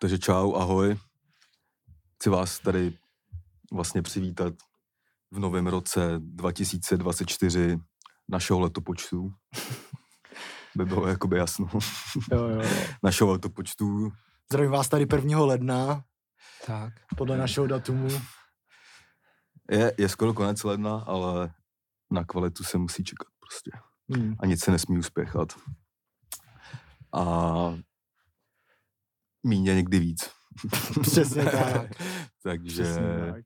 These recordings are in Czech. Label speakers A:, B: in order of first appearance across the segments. A: Takže čau, ahoj. Chci vás tady vlastně přivítat v novém roce 2024 našeho letopočtu. By bylo jakoby jasno.
B: Jo, jo, jo.
A: Našeho letopočtu.
B: Zdravím vás tady 1. ledna,
C: Tak.
B: podle našeho datumu.
A: Je, je skoro konec ledna, ale na kvalitu se musí čekat prostě.
B: Hmm.
A: a nic se nesmí uspěchat. A míně někdy víc.
B: Přesně tak.
A: takže,
B: Přesně tak.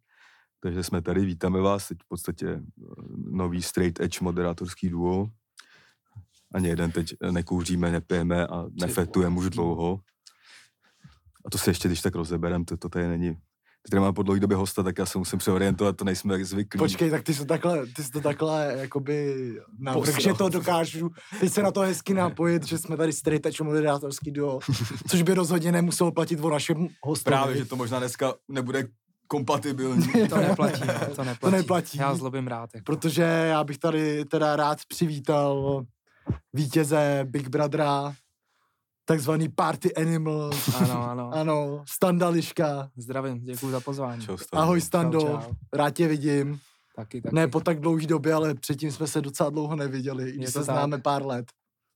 A: takže jsme tady, vítáme vás, teď v podstatě eh, nový straight edge moderátorský duo. Ani jeden teď eh, nekouříme, nepijeme a nefetujeme už dlouho. A to se ještě, když tak rozeberem, to, to tady není. Teď tady mám po dlouhé době hosta, tak já se musím přeorientovat, to nejsme jak zvyklí.
B: Počkej, tak ty jsi to takhle, ty jsi to takhle, jakoby, navrh,
A: Posral.
B: že to dokážu, teď se na to hezky napojit, že jsme tady straight edge moderátorský duo, což by rozhodně nemuselo platit o našem hostovi.
A: Právě, že to možná dneska nebude kompatibilní.
C: To neplatí, no, to neplatí.
B: neplatí.
C: Já zlobím rád. Jako.
B: Protože já bych tady teda rád přivítal vítěze Big Brothera, takzvaný Party Animal,
C: Ano, ano.
B: ano, Standališka.
C: Zdravím, děkuji za pozvání.
A: Čau, Stano.
B: Ahoj Stando,
C: Čau, čau.
B: rád tě vidím.
C: Taky, taky.
B: Ne po tak dlouhý době, ale předtím jsme se docela dlouho neviděli, i když
C: to
B: se
C: tak.
B: známe pár let.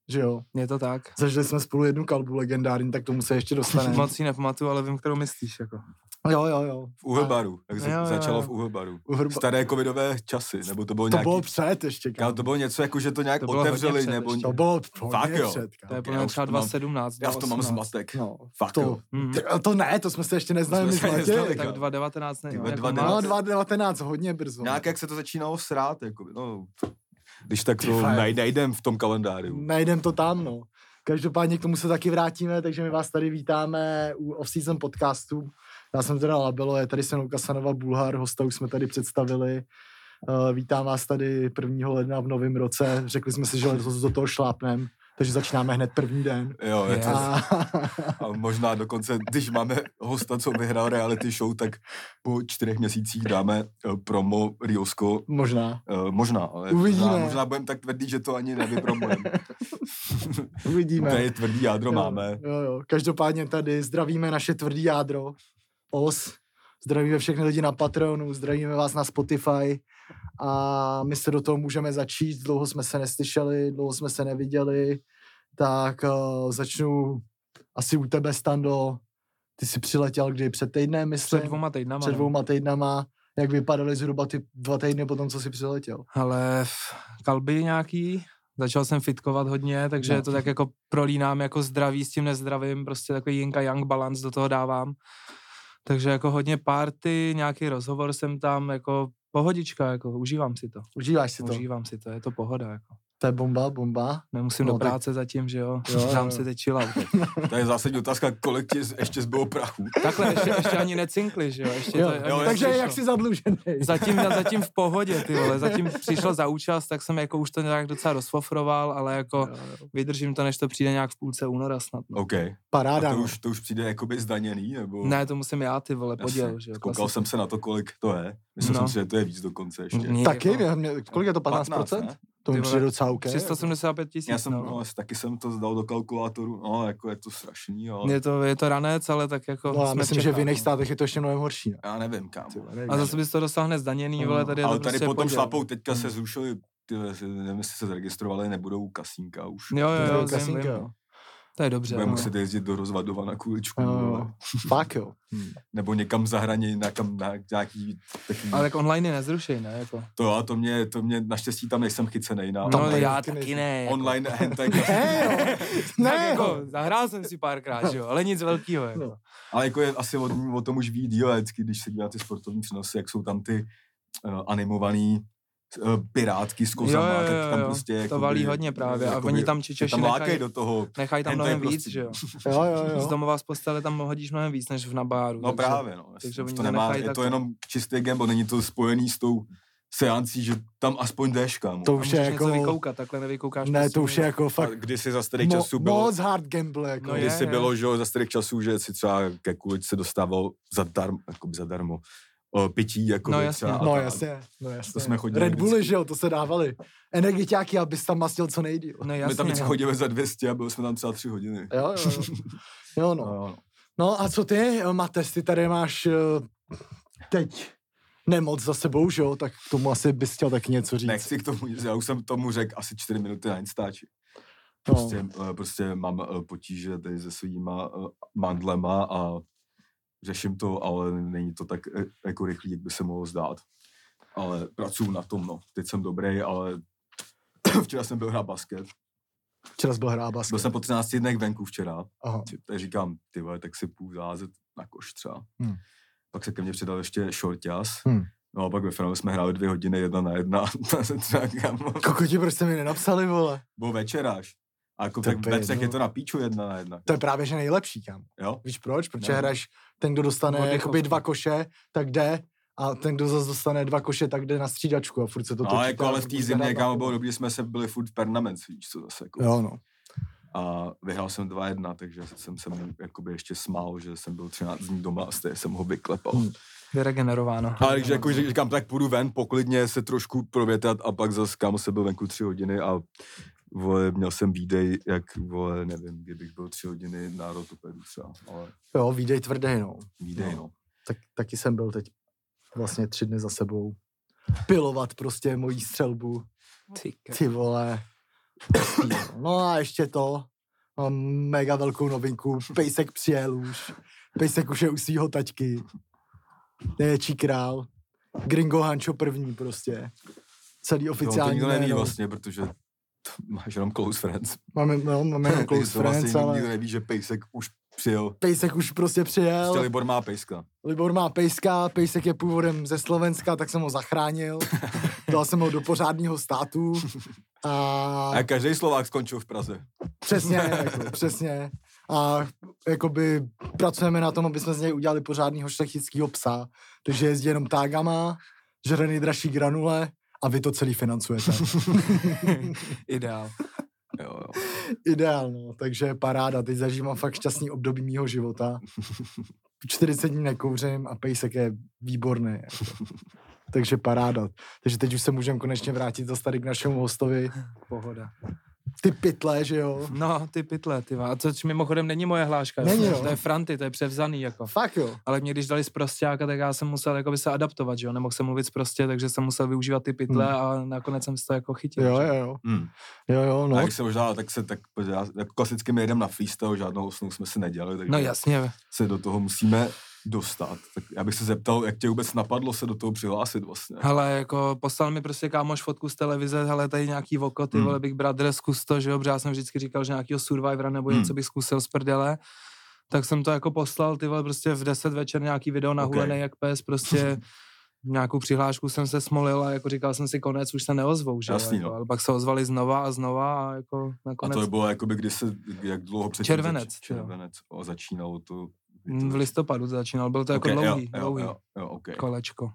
B: Že jo?
C: Je to tak.
B: Zažili jsme spolu jednu kalbu legendární, tak tomu se ještě dostaneme.
C: Moc si nepamatuju, ale vím, kterou myslíš. Jako.
B: Jo, jo, jo.
A: V Uhlbaru, jak
C: Jo,
A: za,
C: jo,
A: začalo
C: jo.
A: v Uhlbaru.
B: Uhrba...
A: Staré covidové časy, nebo to bylo
B: To
A: nějaký...
B: bylo před ještě.
A: Kámo,
B: Kam.
A: to bylo něco, jako že to nějak
C: To bylo hodně
A: otevřeli,
C: před
A: nebo...
C: ještě.
B: To bylo
A: Fakt
B: hodně
A: jo.
B: před. kámo.
C: To je
A: Já
C: podle mě
A: už
C: třeba
A: to mám-
C: 2017.
A: Já v tom mám
C: 2018.
A: zmatek.
B: No,
A: Fakt
B: to,
A: jo.
C: Mhm.
B: Ty- a to ne, to jsme se ještě neznali.
A: To
B: My
A: jsme se
B: jsme
A: neznali,
B: tě-
C: Tak 2019 ne.
A: Ty
C: no,
A: vole,
C: jako
A: 2019.
B: No,
C: málo.
B: 2019, hodně brzo.
A: Nějak, jak se to začínalo srát, jako, no... Když tak
B: Ty
A: to
B: vole.
A: naj, najdem v tom kalendáři.
B: Najdem to tam, no. Každopádně k tomu se taky vrátíme, takže my vás tady vítáme u off-season podcastu. Já jsem teda Labelo, je tady se mnou Kasanova Bulhar, hosta už jsme tady představili. Eh, Vítám vás tady 1. ledna v novém roce. Řekli jsme si, že letos do toho šlápnem, takže začínáme hned první den.
A: Jo, je to,
C: Yes.
B: A,
A: a možná dokonce, když máme hosta, co vyhrál reality show, tak po čtyřech měsících dáme eh, promo Riosko.
B: možná.
A: Eh, Možná, ale
B: Uvidíme.
A: možná, možná budeme tak tvrdí, že to ani nevypromujeme.
B: Uvidíme.
A: Tady tvrdý jádro máme.
B: Jo, jo. Každopádně tady zdravíme naše tvrdý jádro, OS, zdravíme všechny lidi na Patreonu, zdravíme vás na Spotify a my se do toho můžeme začít, dlouho jsme se neslyšeli, dlouho jsme se neviděli, tak uh, začnu asi u tebe, Stando, ty jsi přiletěl kdy před týdnem, myslím,
C: Před dvouma týdnama.
B: před
C: no.
B: dvouma týdnama, jak vypadaly zhruba ty dva týdny potom, co jsi přiletěl.
C: Ale v kalby nějaký, začal jsem fitkovat hodně, takže
B: No.
C: no. to tak jako prolínám jako zdraví s tím nezdravím, prostě takový yin a yang balance do toho dávám. Takže jako hodně party, nějaký rozhovor jsem tam, jako pohodička, jako užívám si to.
B: Užíváš si to?
C: Užívám si to, je to pohoda, jako.
B: To je bomba, bomba.
C: Nemusím
B: No,
C: no, do
B: tak-
C: práce zatím, že jo,
B: Jo, jo, jo.
C: dám si teď chill out.
A: To je zásadní otázka, kolik ti z- ještě zbylo prachu.
C: Takhle, ještě, ještě ani necinkli, že jo, ještě
B: Jo,
C: to, ani
A: jo,
C: nepřišlo.
B: takže jak jsi zadlužený?
C: Zatím, zatím v pohodě, ty vole. Zatím přišlo za účast, tak jsem jako už to nějak docela rozfofroval, ale jako
B: Jo, jo.
C: vydržím to, než to přijde nějak v půlce února snad. No.
A: OK. A
B: Paráda.
A: to
B: no.
A: už, to už přijde jakoby zdaněný, nebo...
C: Ne, to musím já, ty vole,
A: Jasně.
C: poděl, že jo.
A: Koukal jsem se na to, kolik to je. Myslel
C: No.
A: jsem si, že to je víc dokonce ještě.
C: Ní,
B: Taky?
C: jako.
B: Mě, mě, kolik je to? 15%? 15
A: ne?
B: to mi
C: Ty
B: přijde
C: vole,
B: docela OK.
C: 375 tisíc,
A: Já jsem, no.
C: no.
A: taky jsem to zdal do kalkulátoru, no, jako je to strašný, ale...
C: Je to, je to ranec, ale tak jako
B: No, já
C: jsme
B: myslím,
C: v
B: že
C: Čechách,
B: v jiných
C: no.
B: státech je to ještě mnohem horší. Ne?
A: Já nevím, kam.
B: Ty vole, nevím.
C: A zase bys to dosáhne zdaněný, vole, tady je
A: No. Ale
C: to
A: tady
C: prostě
A: potom
C: poděl.
A: šlapou, teďka se zrušili, ty, vole, si- nevím, jestli se zaregistrovali, nebudou kasínka už.
C: Jo, jo,
B: Tady je
C: jo, vím,
B: kasinka,
C: vím,
B: jo.
C: no. To je dobře.
A: Bude
C: no.
A: muset jezdit do rozvadova na kuličku,
B: Jo, jo.
A: vole.
B: No, Fakt jo.
A: nebo někam za hraně, na, kam, na nějaký takový...
C: Ale tak online je nezrušej, ne? Jako.
A: To a to mě, to mě, naštěstí tam nejsem chycený na
C: No,
A: online,
C: já
B: ty
C: taky
B: nejsi.
C: ne. Jako.
A: online hentai.
B: Ne, jo.
C: Tak
B: Ne, jo.
C: jako, zahrál jsem si párkrát, že jo, ale nic velkého. Jako.
B: No.
A: Ale jako je asi o, o tom už ví díl, vždycky, když se dívá ty sportovní přenosy, jak jsou tam ty uh, animovaný uh, pirátky s kozama,
C: Jo, jo,
A: tak tam
C: jo,
A: prostě...
C: to
A: jakoby-
C: valí hodně právě a
A: jakoby
C: oni tam
A: tě
C: Čičeši
A: tam lákají
C: nechají,
A: do toho.
C: nechají tam
A: Hentai
C: mnohem víc,
A: prostředí.
C: že jo.
B: Jo, jo,
C: Z
B: jo.
C: domova z postele tam hodíš mnohem víc, než na báru.
A: No právě, no.
C: takže oni
A: to
C: to
A: nemá,
C: nechají
A: je to
C: takhle.
A: jenom čistý gamble, není to spojený s tou seancí, že tam aspoň jdeš, kámo.
B: To
C: Už
B: už
C: můžeš
B: je
C: jako... něco
B: jako...
C: vykoukat, takhle nevykoukáš.
B: Ne,
C: prostě
B: to už
C: nic.
B: je jako
A: A
B: fakt
A: když si za starých
B: mo-
A: časů bylo,
B: moc hard gamble. Jako.
C: No je.
A: když si bylo, že jo, za starých časů, že si třeba ke kuličce se dostával zadarmo, jakoby zadarmo, o, pití, jako
C: No, jasně.
B: No jasně, no jasně.
A: To jsme chodili
B: Red
A: vždycky.
B: Bulli, že jo, to se dávali. Energiťáky, abys tam mastil co nejdíl.
C: No
A: My tam
C: jasně,
A: vždycky
C: no.
A: chodíme za 200 a byli jsme tam třeba 3 hodiny.
B: Jo, jo, jo. Jo, Eh, no.
A: No,
B: No a co ty, Mates, ty tady máš eh, teď nemoc za sebou, že jo? Tak k tomu asi bys chtěl taky něco říct.
A: Nechci k tomu nic, já už jsem tomu řekl asi čtyři minuty na Instači.
B: no.
A: Prostě, eh, prostě mám eh, potíže tady se svýma eh, mandlema a řeším to, ale není to tak eh, jako rychlý, jak by se mohlo zdát. Ale pracuju na tom, no. Teď jsem dobrý, ale včera jsem byl hrát basket.
B: Včera jsi byl hrát basket.
A: Byl jsem po 13 dnech venku včera.
B: Aha.
A: Ty- Tak říkám, ty vole, tak si půjdu házet na koš třeba.
B: Hmm.
A: Pak se ke mně přidal ještě šorťas.
B: Hmm.
A: No a pak ve finále jsme hráli dvě hodiny jedna na jedna. Ta se třeba no, kámo-
B: Kokoti, proč jste mi nenapsali, vole?
A: Bylo večeráš. A jako
B: Tak
A: tak
B: to je
A: ve třech
B: jedno.
A: je to na píču jedna na jedna.
B: To je právě, že nejlepší, kam.
A: Jo?
B: Víš proč? Protože
A: No.
B: hraješ, ten, kdo dostane
C: Oddychovku.
B: jakoby dva koše, tak jde, a ten, kdo zase dostane dva koše, tak jde na střídačku a furt se to
A: No,
B: točí.
A: jako,
B: tak
A: ale v té
B: furt
A: zimě,
B: hraje
A: kámo,
B: na-
A: bylo dobrý, že jsme se byli furt permanent, víš co zase. Jako.
B: Jo, no.
A: A vyhrál jsem 2-1, takže jsem se mu jakoby ještě smál, že jsem byl 13 dní doma a stejně jsem ho vyklepal.
B: Hmm.
C: Vyregenerováno.
A: Ale když jako že- říkám, tak půjdu ven, poklidně se trošku provětat a pak zase kámo se byl venku tři hodiny a vole, měl jsem výdej, jak vole, nevím, kdybych byl tři hodiny na rotopedu třeba, ale
B: Jo, výdej tvrdý, no.
A: výdej,
B: No.
A: no.
B: Tak, taky jsem byl teď vlastně tři dny za sebou. Pilovat prostě mojí střelbu.
C: Ty ke-
B: Ty vole. Hustý, no. No a ještě to. Mám mega velkou novinku. Pejsek přijel už. Pejsek už je u svýho taťky. Největší král. Gringo Hancho první prostě. Celý
A: no to
B: oficiální
A: nikdo neví
B: jméno.
A: vlastně, protože to máš jenom close friends.
B: Máme, no, máme jenom
A: Takže
B: close
A: to vlastně
B: friends,
A: nikdo-
B: ale
A: Nikdo neví, že Pejsek už přijel.
B: Pejsek už prostě přijel.
A: Prostě Libor má Pejska.
B: Libor má pejska, pejsek je původem ze Slovenska, tak jsem ho zachránil. Dal jsem ho do pořádného státu. A
A: A každý Slovák skončil v Praze.
B: přesně, jako, přesně. A jakoby pracujeme na tom, aby jsme z něj udělali pořádného šlechtického psa. Takže jezdí jenom tágama, žere nejdražší granule a vy to celý financujete.
C: Ideál.
A: Jo, jo.
B: Ideál, no. Takže paráda. Teď zažívám fakt šťastný období mýho života. 40 dní nekouřím a pejsek je výborný. Jako. Takže paráda. Takže teď už se můžeme konečně vrátit zase tady k našemu hostovi.
C: Pohoda.
B: Ty pytle, že jo?
C: No, ty pytle, ty vá. Což mimochodem není moje hláška.
B: Není,
C: jo.
B: jo.
C: To je Franty, to je převzaný, jako.
B: Fakt jo.
C: Ale mě když dali z prostějáka, tak já jsem musel jakoby, se adaptovat, že jo? Nemohl jsem mluvit prostě, takže jsem musel využívat ty pytle
B: Hmm.
C: hmm. a nakonec jsem se to jako chytil.
B: Jo,
C: že?
B: jo, jo.
A: Hmm.
B: Jo, jo,
A: No. A
B: no.
A: jak se možná, tak se tak, já, jako klasicky my jedeme na freestyle, žádnou osnou jsme si nedělali, takže
C: No jasně,
A: se do toho musíme dostat. Tak já bych se zeptal, jak tě vůbec napadlo se do toho přihlásit vlastně.
C: hele, jako poslal mi prostě kámoš fotku z televize, hele, tady nějaký voko, ty
A: Hmm.
C: vole, Big Brother, zkus to, že jo, protože já jsem vždycky říkal, že nějakýho Survivora nebo
A: Hmm.
C: něco bych zkusil z prdele, tak jsem to jako poslal, ty vole, prostě v 10 večer nějaký video nahulený
A: Ok.
C: jak pes, prostě nějakou přihlášku jsem se smolil a jako říkal jsem si konec, už se neozvou, že jo,
A: Jasný,
C: jako,
A: no.
C: ale pak se ozvali znova a znova a jako
A: A
C: nakonec.
A: to bylo jakoby, kdy se, jak dlouho předtím
C: Červenec,
A: Zač,
C: jo.
A: červenec o, začínalo to.
C: Mm, V listopadu to začínal, byl to jako
A: Ok,
C: dlouhý,
A: jo,
C: dlouhý
A: Jo, jo, jo, okay.
C: kolečko.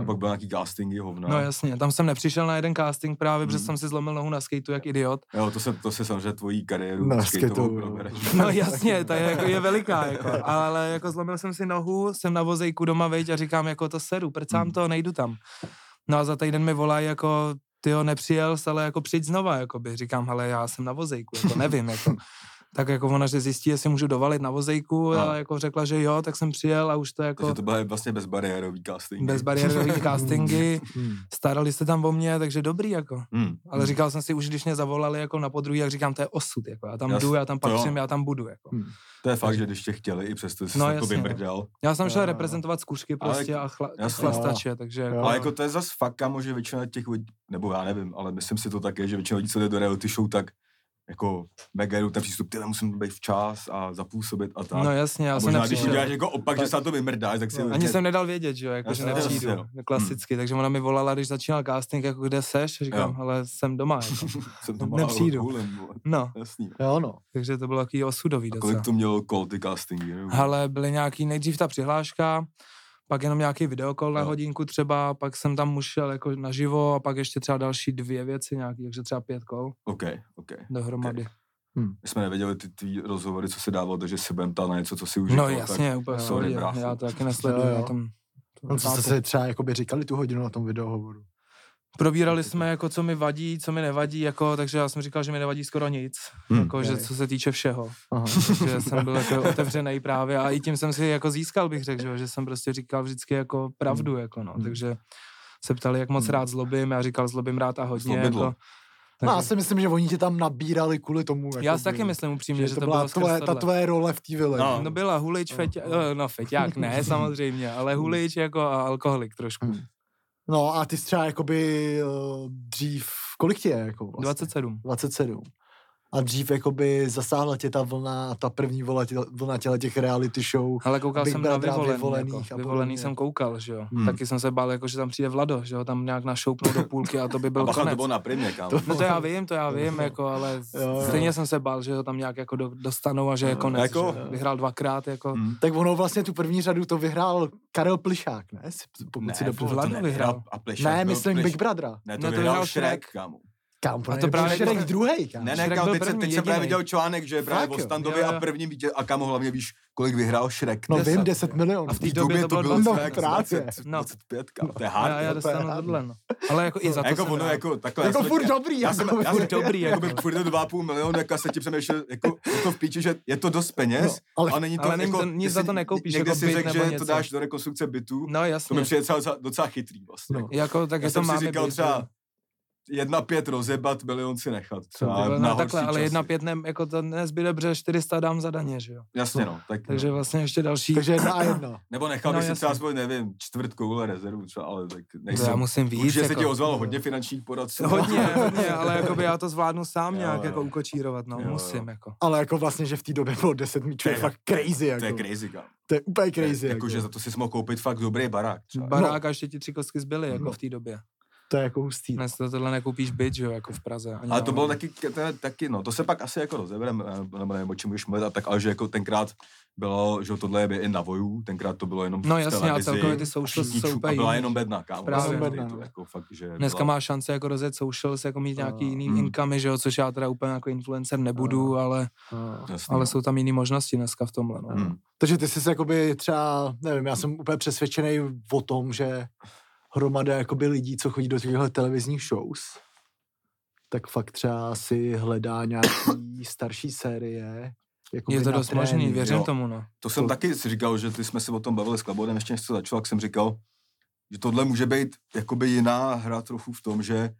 A: A pak byl nějaký castingy hovna.
C: No. jasně, tam jsem nepřišel na jeden casting právě, protože
A: Mm.
C: jsem si zlomil nohu na skateu jak idiot.
A: jo, to se, to se samozřejmě tvojí kariéru
B: Na
A: skateovou
B: skateu, jo.
A: probereš.
C: No jasně, ta je, jako, je veliká, jako. ale jako zlomil jsem si nohu, jsem na vozejku doma, veď, a říkám, jako to sedu, prcám
A: Mm.
C: to, nejdu tam. No a za týden mi volají, jako ty jo, nepřijel jsi, ale jako přijď znova, jakoby. Říkám, hele, já jsem na vozejku, jako nevím, jako. Tak jako ona, že zjistí, jestli můžu dovalit na vozejku,
A: A.
C: a jako řekla, že jo, tak jsem přijel a už to jako
A: No. Takže to byl vlastně bezbariérový casting.
C: bezbariérový castingy,
B: Hmm.
C: starali se tam o mě, takže dobrý, jako.
A: Hmm.
C: Ale říkal jsem si, už když mě zavolali jako na podruhý, jak říkám, to je osud, jako já tam
A: Jas-
C: jdu, já tam
A: to jo.
C: patřím, já tam budu, jako.
A: To je fakt, že když tě chtěli, i přesto jsi
C: No,
A: no, to
C: jasně, no.
A: vybrdal.
C: Já jsem
B: Jo,
C: šel
B: jo, jo.
C: reprezentovat zkušky prostě
A: jako-
C: a chla,
A: jasně.
C: chlastače, takže
B: Jo.
C: jako,
A: Ale jako to je zas fakt, kámo, že většina těch lidí, nebo já nevím, ale myslím si to také, že většina lidí, co jde do reality show, tak jako mega jdu ten přístup, ty musím být včas a zapůsobit a jako tak.
C: no jasně,
A: a
C: já jsem
A: možná, když
C: nepřišel.
A: uděláš jako opak, že se na to vymrdáš, tak si
B: No,
A: no,
C: Ani jsem nedal vědět, že jo, jako, že
A: Jasně, jasně,
C: nepřijdu,
A: no.
C: klasicky, takže ona mi volala, když začínal casting, jako kde seš, říkám,
A: Jo.
C: ale jsem doma, jako.
A: jsem to
C: nepřijdu.
A: Koulem, vole.
C: no,
A: Jasný.
B: Jo, no.
C: takže to bylo takový osudový
A: A
C: docela.
A: kolik to mělo kol ty castingy? nebo?
C: Ale byly nějaký, nejdřív ta přihláška, pak jenom nějaký videokol na
A: Jo.
C: hodinku třeba, pak jsem tam už šel jako naživo a pak ještě třeba další dvě věci nějaký, takže třeba pět kol
A: OK, OK.
C: dohromady.
A: My jsme nevěděli ty tvý rozhovory, co se dávalo, takže se budeme ptát na něco, co si už
C: No
A: říkal,
C: jasně, úplně
A: sorry,
C: sorry,
A: brácho.
C: já to taky nesleduju
B: Jo, jo.
C: na tom.
B: No, co jste
C: chápu.
B: se třeba jakoby říkali tu hodinu na tom videohovoru?
C: Probírali jsme, jako co mi vadí, co mi nevadí, jako, takže já jsem říkal, že mi nevadí skoro nic,
A: Hmm.
C: jako, že
B: Okej.
C: co se týče všeho.
B: Aha.
C: Takže jsem byl jako otevřený právě a i tím jsem si jako získal, bych řekl, že, jo, že jsem prostě říkal vždycky jako pravdu, jako no,
A: Hmm.
C: takže se ptali, jak moc
A: Hmm.
C: rád zlobím, já říkal zlobím rád a hodně.
A: Zlobidlo.
C: Jako,
B: No, já
C: takže-
B: si myslím, že oni tě tam nabírali kvůli tomu.
C: já
B: jakoby,
C: si taky myslím upřímně,
B: že,
C: že,
B: to, byla
C: bylo
B: tvoje, ta
C: skrz
B: tvoje role v té vile.
A: No.
C: No byla hulič, feť, no feťák ne samozřejmě, ale
B: Hmm.
C: hulič jako a alkoholik trošku.
B: no a ty jsi třeba jakoby eh, dřív, kolik tě je? Jako vlastně?
C: 27.
B: 27. A dřív jakoby zasáhla tě ta vlna, ta první vlna, tě, vlna těle těch reality show.
C: Ale koukal
B: Big
C: jsem na
B: Brother a
C: vyvolený,
B: Vyvolených
C: vyvolených,
B: a
C: jako,
B: podobně.
C: vyvolený jsem koukal, že jo.
A: Hmm.
C: Taky jsem se bál, jako, že tam přijde Vlado, že jo, tam nějak našoupnou do půlky a to by byl
A: A bacha,
C: konec.
A: to bylo na primě, kámo.
C: No to já vím, to já vím, jako, ale
B: Jo, jo.
C: stejně jsem se bál, že ho tam nějak jako do, dostanou a že je
A: No,
C: konec.
A: jako-
C: Že vyhrál dvakrát, jako.
A: Hmm.
B: Tak ono vlastně tu první řadu to vyhrál Karel Plišák, ne? Si- Pokud si
A: vole,
B: dobře.
A: to
C: Vlado
A: nevyhrál
C: vyhrál.
A: A Plešák
B: Ne,
A: byl
B: myslím
A: Pleš-
B: Big Brothera.
A: Ne,
C: No,
A: to vyhrál Shrek, kámo.
B: Kam,
C: A to právě-
B: Šrek druhý, kam.
A: jako- Ne, ne,
C: Shrek
A: kámo,
C: byl
A: teď, se,
C: první,
A: teď jsem právě
C: jedinej.
A: viděl článek, že je právě
B: Fakt
A: o
B: jo.
A: standově
C: Jo, jo.
A: a prvním vítěz, a kámo, hlavně víš, kolik vyhrál Shrek.
B: No
A: Deset.
B: vím, 10 milionů.
C: A v té
A: V
C: době to bylo
A: bylo
C: 20.
B: no,
A: Shrek,
B: právě.
A: 20,
C: No.
A: 25, kámo, to je
C: A
A: hard.
C: já, já
A: jo.
C: dostanu
B: hádno.
C: tohle, no. Ale jako i za
A: A
C: to
A: jako
C: jsem
A: ono,
C: rád.
A: jako takhle.
B: Jako
A: já jsem-
B: furt dobrý,
A: Já jsem,
B: jako
A: já jsem
B: furt
A: dobrý,
C: dobrý,
A: jako by
C: jako.
A: furt do 2,5 milionu, jako já se tím přemýšlel, jako je to v píči, že je to dost peněz,
B: No, ale-
A: ale, není to,
C: ale není
A: jako,
C: to- nic
A: jestli
C: za to nekoupíš,
A: Někde
C: jako
A: si
C: byt
A: řekl,
C: nebo
A: že to
C: něco.
A: dáš do rekonstrukce bytu,
C: No
A: to
C: jasně.
A: mi přijde docela, docela chytrý vlastně.
B: No.
C: Jako, tak
A: Já
C: je to
A: jsem si
C: máme
A: říkal
C: být,
A: třeba jedna pět rozebat, milion si nechat. Třeba
C: Třeba,
A: na
C: no,
A: horší
C: takhle, ale
A: časy.
C: jedna pět ne, jako to nezbyde, protože 400 dám za daně, že jo.
A: Jasně no, tak,
C: Takže
A: no.
C: vlastně ještě další.
B: Takže jedna a jedna.
A: Nebo nechal
C: No,
A: bych si
C: jasně.
A: třeba svůj, nevím, čtvrt koule rezervu třeba, ale tak
C: to já
A: nejsem.
C: musím víc.
A: Určitě se
C: jako.
A: ti ozvalo hodně finančních poradců.
C: Hodně, hodně, ale jakoby já to zvládnu sám
A: Jo,
C: nějak
A: jo.
C: jako ukočírovat, no,
A: Jo, jo.
C: musím jako.
B: Ale jako vlastně, že v té době bylo 10 míčů, je
A: To je-
B: fakt crazy. Jako.
A: To je crazy, kámo.
B: To je úplně
A: To je-
B: crazy. Jako,
A: Jakože za to si mohl koupit fakt dobrý barák. Třeba.
C: Barák a ještě ti tři kostky zbyly jako
B: No.
A: Mhm.
C: v té době.
B: To je jako hustý.
C: Dnes to tohle nekoupíš byt, že jo, jako v Praze. Ani
A: Ale to
C: na-
A: bylo taky, to je taky, no, to se pak asi jako rozebereme, eh, nebo nevím, o čem můžeš mluvit, a tak, ale že jako tenkrát bylo, že tohle je i na voju, tenkrát to bylo jenom
C: No
A: v
C: jasně, a
A: televizi,
C: celkově ty
A: a
C: social
A: všichni
C: jsou
A: čup-
C: úplně
A: A byla
C: jiný.
A: jenom bedna, kámo.
C: Právě.
A: Prostě
B: Bedna,
A: to
B: no.
A: jako fakt, že
C: Dneska
A: byla-
C: máš šance jako rozjet socials, jako mít nějaký
B: A,
C: jiný
A: mm.
C: income, že jo, což já teda úplně jako influencer nebudu, ale,
B: No.
A: Jasný,
C: ale
A: no.
C: jsou tam jiné možnosti dneska v tomhle, no.
A: Hmm.
B: Takže ty jsi se jakoby třeba, nevím, já jsem úplně přesvědčený o tom, že hromada jakoby lidí, co chodí do těchto televizních shows, tak fakt třeba si hledá nějaký starší série. Jakoby
C: Je to
B: na
C: dost možný,
B: trénink.
C: věřím
A: jo.
C: tomu, no.
A: To jsem
B: To-
A: to... taky si říkal, že ty jsme se o tom bavili s Klabodem, ještě než to začal, tak jsem říkal, že tohle může být jakoby jiná hra trochu v tom, že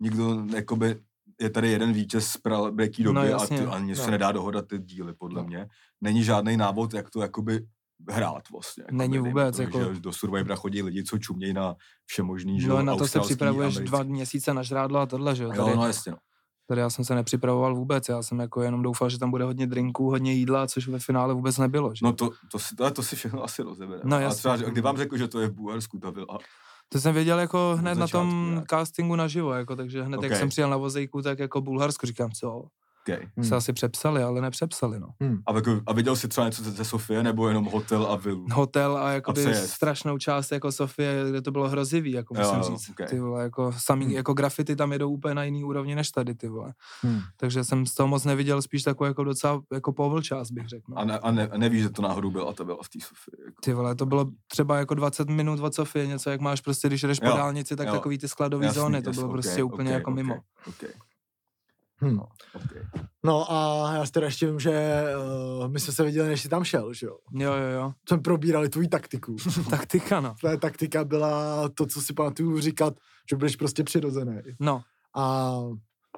A: nikdo jakoby je tady jeden vítěz z pra- breaky
C: No,
A: doby no, a,
C: jasně,
A: ty, a nic
B: no.
A: se nedá dohodat ty díly, podle
B: No.
A: mě. Není žádný návod, jak to jakoby hrát vlastně. Jakoby,
C: Není
A: dejme
C: vůbec,
A: tomu,
C: jako-
A: Že do Survivora chodí lidi, co čumějí na všemožný, že
C: No,
A: jo,
C: na to se
A: australský,
C: připravuješ
A: americký.
C: dva měsíce na žrádlo a tohle, že jo. Tady,
A: Jo, no jasně. No.
C: tady já jsem se nepřipravoval vůbec, já jsem jako jenom doufal, že tam bude hodně drinků, hodně jídla, což ve finále vůbec nebylo, že?
A: No to, to, si, to, to si všechno asi rozebere.
C: No,
A: a
C: jasně.
A: třeba, že- kdy vám řekl, že to je v Bulharsku, ta vila?
C: To jsem věděl jako hned na tom
A: začátku, jak.
C: castingu naživo, jako, takže hned jak
A: Ok.
C: jsem přijel na vozejku, tak jako Bulharsko říkám, co,
A: Okay.
B: Hmm.
C: se asi přepsali, ale nepřepsali, no.
A: A, jako, a viděl jsi třeba něco ze, ze Sofie, nebo jenom hotel a vilu?
C: hotel a jakoby
A: přejet.
C: strašnou část jako Sofie, kde to bylo hrozivý, jako
A: Jo,
C: musím
A: jo, Hmm.
C: říct.
A: okej.
C: Ty vole, jako, samý, jako grafity tam jedou úplně na jiný úrovni než tady, ty vole.
B: Hmm.
C: Takže jsem z toho moc neviděl, spíš takovou jako docela jako povl část, bych řekl. No.
A: A, ne, a, ne, a nevíš, že to náhodou byla ta byla v té Sofii. Jako.
C: Ty vole, to bylo třeba jako 20 minut od Sofie, něco jak máš prostě, když jdeš po
A: Jo,
C: dálnici, tak
A: jo.
C: takový ty skladové zóny, to bylo
A: ok,
C: prostě úplně
A: ok,
C: jako
A: ok,
C: mimo.
A: ok,
B: Hmm.
A: ok.
B: No a já si teda ještě vím, že uh, my jsme se viděli, než jsi tam šel, že jo.
C: Jo, jo, jo.
B: Jsme probírali tvůj taktiku.
C: Taktika, no.
B: Tvoje taktika byla to, co si pamatuju říkat, že budeš prostě přirozený.
C: No,
B: A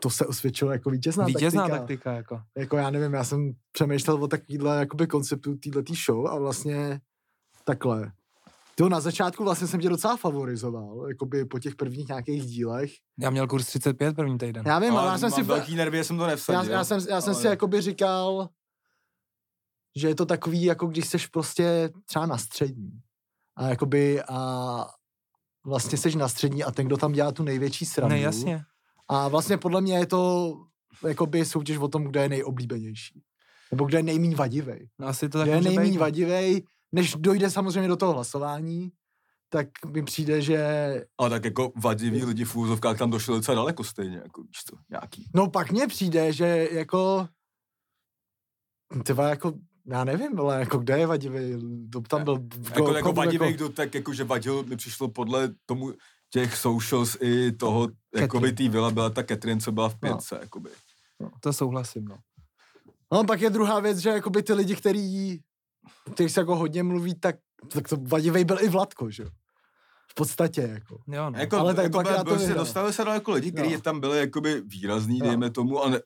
B: to se osvědčilo jako vítězná,
C: vítězná
B: taktika.
C: taktika, taktika jako.
B: jako já nevím, já jsem přemýšlel o takovýhle jakoby konceptu této show a vlastně takhle. Jo, na začátku vlastně jsem tě docela favorizoval, jakoby po těch prvních nějakých dílech.
C: Já měl kurz 35 první týden.
B: Já vím, ale, já jsem
A: mám
B: si...
A: velký nervy, že jsem to
B: Já,
A: nevsadil.
B: já, jsem, já jsem
A: Ale-
B: si jakoby říkal, že je to takový, jako když seš prostě třeba na střední. A jakoby a vlastně seš na střední a ten, kdo tam dělá tu největší srandu.
C: Ne, jasně.
B: A vlastně podle mě je to jakoby soutěž o tom, kdo je nejoblíbenější. Nebo kdo je nejmíň vadivej.
C: No, asi to
B: Tak
C: tak
B: kdo je
C: může být,
B: nejmíň
C: no.
B: vadivej, než dojde samozřejmě do toho hlasování, tak mi přijde, že...
A: Ale tak jako vadiví lidi v úzovkách tam došli docela daleko stejně, jako víš to, nějaký.
B: No pak mně přijde, že jako... Tyva jako... Já nevím, ale jako kde je vadivý? Kdo tam byl? Kdo,
A: Jako, jako
B: komu
A: vadivý, kdo tak jako, že vadil, mi přišlo podle tomu, těch socials i toho,
C: Catherine. No.
A: jakoby tý vila byla ta Catherine, co byla v pětce, jakoby.
C: To souhlasím, no.
B: No pak je druhá věc, že jakoby ty lidi, který, který se jako hodně mluví, tak, tak to vadivej byl i Vladko, že jo? V podstatě, jako.
C: Jo, no.
A: Jako,
B: Ale tak
A: jako
B: pak já to
A: prostě
B: vyhrál.
A: dostali se daleko lidi, kteří
B: Jo.
A: tam byli jakoby výrazný,
B: Jo.
A: dejme tomu, a, ne,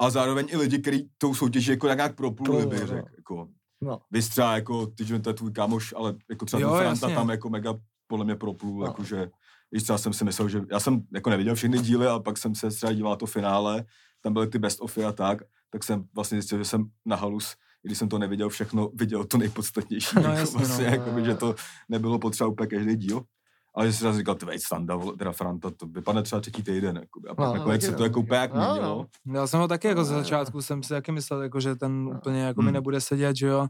A: a zároveň i lidi, kteří tou soutěží jako tak nějak propluli,
B: Propluli,
A: bych
B: no.
A: řekl. Jako,
B: No.
A: Vy třeba jako, ty, že to je tvůj kámoš, ale jako třeba
C: Jo,
A: jo, Franta
C: jasně.
A: tam jako mega podle mě proplul,
B: No.
A: no. jakože, když třeba jsem si myslel, že já jsem jako neviděl všechny díly a pak jsem se třeba díval na to finále, tam byly ty best ofy a tak, tak jsem vlastně zjistil, že jsem na halus, i když jsem to neviděl všechno, viděl to nejpodstatnější.
C: No
A: jako
C: jasně, no.
A: vlastně, jakoby, že to nebylo potřeba úplně každý díl. Ale že jsem si říkal, tvej, Standa, vole, teda Franta, to vypadne třeba třetí týden, jakoby. A pak
B: No,
A: no, nakonec
B: taky
A: se to
B: no.
A: jako úplně jak
B: No, no.
A: měnilo.
C: Já jsem ho taky jako ze
B: Ne.
C: začátku jsem si taky myslel, jako, že ten
B: Ne.
C: úplně jako mi
A: Hmm.
C: nebude sedět, že jo.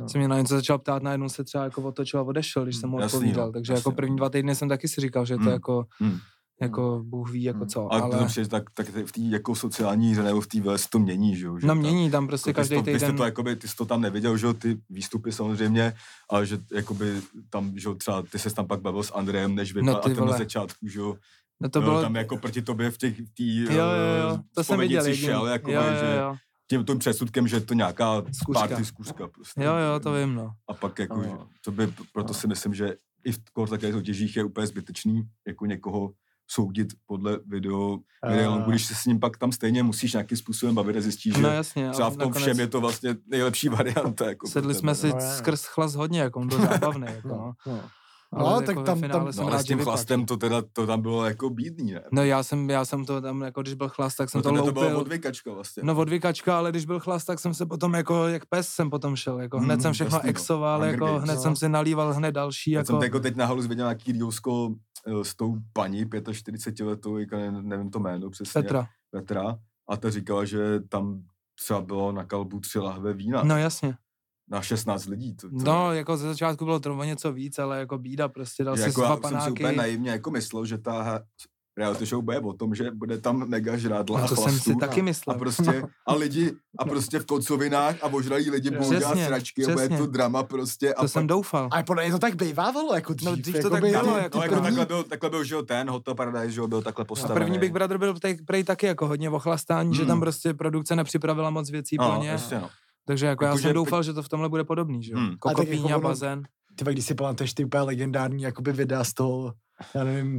B: No.
C: Jsem mě na něco začal ptát, najednou se třeba jako otočil a odešel, když jsem mu
A: Hmm, jasný,
C: odpovídal.
A: no,
C: Takže
A: jasný,
C: jako
A: no.
C: první dva týdny jsem taky si říkal, že je to
A: Hmm.
C: jako,
A: Hmm.
C: jako Bůh ví, jako
B: Hmm.
C: co.
A: Ale, ale...
C: Ale
A: Potom, že tak, tak v té jako sociální hře nebo v té vele se to mění, že jo? Že
C: no
A: ta-
C: mění tam prostě
A: Jako ty jsi
C: každý
A: to, Vy jste
C: týden.
A: to, jakoby, ty jsi to tam neviděl, že jo, ty výstupy samozřejmě, ale že jakoby tam, že jo, třeba ty se tam pak bavil s Andrejem, než vypadal
C: No,
A: no,
C: ty
A: a ten na
C: vole.
A: začátku, že jo,
C: No to
A: byl
C: bylo,
A: tam jako proti tobě v těch, v tý,
C: jo, jo, jo, to jsem viděl. jediný.
A: šel, jakoby,
C: jo, jo,
A: že
C: jo.
A: tím tím předsudkem, že je to nějaká
C: Zkuška.
A: party zkuška prostě.
C: jo, jo, to vím, no.
A: A pak jako,
B: No.
A: že, to by, proto
B: No.
A: si myslím, že i v takových soutěžích je úplně zbytečný jako někoho soudit podle video, video
C: Eh.
A: když se s ním pak tam stejně musíš nějakým způsobem bavit a zjistíš, že
C: No jasně. a
A: třeba v tom
C: nakonec
A: všem je to vlastně nejlepší varianta. Jako pro
C: Sedli
A: tebe,
C: jsme
A: no.
C: si
B: No, jo.
C: skrz chlas hodně, jako on byl zábavný, jako no.
B: No, no.
C: Ale
B: No,
C: jako
B: tak
C: ve
B: tam-
C: finále
B: tam-
A: No,
C: jsem
A: ale
C: rád,
A: s
C: že
A: tím
C: vypadl.
A: chlastem to teda, to tam bylo jako bídný, ne?
C: No já jsem, já jsem to tam, jako když byl chlast, tak jsem
A: No,
C: to
A: to
C: loupil.
A: bylo odvykačka vlastně.
C: No odvykačka, ale když byl chlast, tak jsem se potom jako, jak pes jsem potom šel, jako hned
A: Mm,
C: jsem všechno
A: jasný, no.
C: exoval,
A: Hunger
C: jako
A: Games,
C: hned
B: no.
C: jsem si nalíval hned další,
A: Já
C: jako,
A: jsem jako teď na halu viděl nějaký Riosko eh, s tou paní 45 letou, nevím to jméno přesně,
C: Petra.
A: Petra, a ta říkala, že tam třeba bylo na kalbu tři lahve vína
C: No jasně.
A: na 16 lidí. To, to
C: No, jako ze začátku bylo to o něco víc, ale jako bída prostě, dal
A: Že
C: si
A: jako
C: dva
A: já jsem si
C: panáky.
A: úplně naivně jako myslel, že ta ha- reality show bude o tom, že bude tam mega žrádla
C: No
A: a
C: to jsem si
A: chlastů.
C: taky
A: A
C: myslel.
A: prostě, a lidi, a prostě v kocovinách a ožralí lidi budou dělat
C: Přesně,
A: sračky,
C: přesně.
A: bude to drama prostě. A
C: To jsem doufal.
B: Ale podle mě to tak bývávalo, jako dřív.
C: No, dřív to tak
B: jakoby
C: bylo,
B: ty-
C: jako
A: No,
B: ty
A: jako
B: první-
A: takhle, byl, takhle byl, že jo, ten Hotel Paradise, že jo, byl takhle
C: A
A: postavený.
C: první Big Brother byl tej- prej taky jako hodně ochlastání, že
A: Mm.
C: tam prostě produkce nepřipravila moc věcí pro
A: no,
C: ně.
A: jasně, no.
C: Takže jako, já
A: Jakože
C: jsem
A: pe-
C: doufal, že to v tomhle bude podobný, že jo.
A: Mm. A
B: tak jako
C: Kokopíň a
B: ono-
C: bazén.
B: Ty vole, když si pamatuješ ty úplně legendární jakoby videa z toho, já nevím,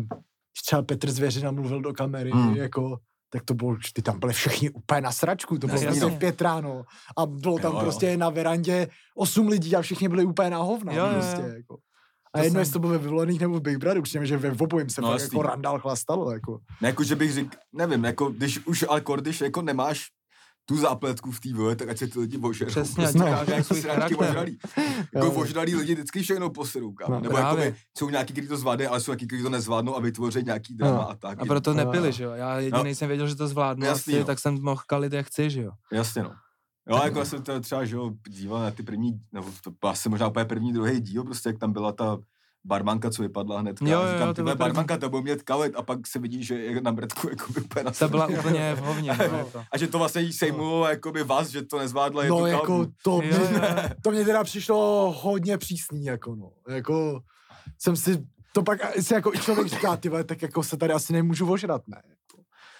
B: když třeba Petr Zvěřina mluvil do kamery,
A: Hmm.
B: hmm. jako, tak to bylo, ty tam byli všichni úplně na sračku, to
C: No,
B: bylo prostě
C: jasně.
B: v pět ráno a bylo tam
A: Jo, jo.
B: prostě na verandě osm lidí a všichni byli úplně na hovna,
C: Jo, jo, jo.
B: prostě, jako. A
C: To
B: jedno,
C: jsem-
B: jestli to bylo ve vyvolených nebo v Big Brother, určitě, že ve obojím se
A: No,
B: no,
A: jasný.
B: jako randál chlastalo, jako.
A: Ne, jako, že bych řekl, nevím, jako, když už, ale kor, když jako nemáš tu zápletku v té vole, tak ať se ty lidi božerou.
C: Přesně,
A: prostě,
B: ať
A: nějak
C: ukážou
A: jako
C: svůj
A: sračky
C: charakter.
A: ožralí.
B: Jo,
A: Jako
B: jo.
A: ožralí lidi vždycky všechno poserou, kámo.
B: No,
A: Nebo
C: právě.
A: jakoby, jsou nějaký, kteří to zvládne, ale jsou nějaký, kteří to nezvládnou a vytvoří nějaký drama
B: No.
A: a tak.
C: A proto
B: No,
C: nepili,
B: jo.
C: že jo. Já jediný jsem věděl, že to zvládnu,
A: Jasný,
C: Jasný,
A: no.
C: tak jsem mohl kalit, jak chci, že jo.
A: Jasně, no. Jo, jako já jsem teda třeba, že jo, díval na ty první, nebo to byl asi možná úplně první, druhý díl, prostě jak tam byla ta barmanka, co vypadla hned.
C: Jo, jo,
A: říkám,
C: jo, to
A: ty
C: byl
A: vole,
C: první.
A: barmanka, to bude mít kalet a pak se vidí, že je na mrtku jako úplně na
C: Ta byla
A: sebe.
C: úplně No. v hovně. no, jako.
A: A že to vlastně jí sejmulo, jako by vás, že to nezvládla.
B: No,
A: jednu
B: jako
A: kávu.
B: to,
C: Jo, jo, jo.
B: to mě teda přišlo hodně přísný, jako no. Jako jsem si, to pak si jako i člověk říká, ty vole, tak jako se tady asi nemůžu ožrat, ne?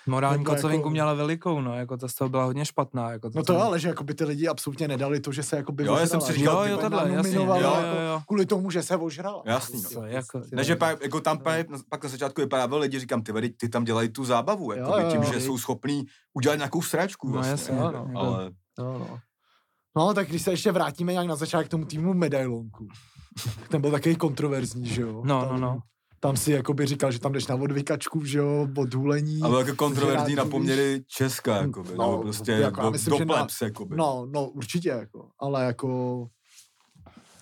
C: Morální
B: Nebo jako-
C: kocovinku měla velikou, no, jako ta z toho byla hodně špatná. Jako
B: No to jo, ale že jako by ty lidi absolutně nedali to, že se jako by
A: Jo, já jsem si říkal,
C: Jo,
A: ty
C: jo,
A: vole,
C: tohle, jasně. Jo,
A: nominovala
C: jo, jo.
B: jako Kvůli tomu, že se ožrala. Prostě,
A: Jasný, no.
C: Co, jako, ty
A: Ne, že pak, jako tam právě, pak na začátku vypadá lidi, říkám, ty, vole, ty tam dělají tu zábavu,
B: Jo,
A: jako by
B: jo,
A: tím,
B: jo.
A: že jsou schopní udělat nějakou sračku.
C: No,
A: vlastně,
C: jasně,
A: jako,
C: no, jako-
A: ale
B: No, no. No, tak když se ještě vrátíme nějak na začátek k tomu týmu medailonku. tak Ten byl takový kontroverzní, že jo?
C: No, no,
B: tam,
C: no.
B: Tam si jako by říkal, že tam jdeš na odvykačku, že jo, od hulení.
A: Ale jako kontroverzní
B: rád mluvíš.
A: napoměry Česka, jako by,
B: No,
A: no, prostě
B: jako já
A: jako, do,
B: myslím,
A: do
B: že na-
A: plebs, jako by.
B: No, no, určitě, jako, ale jako...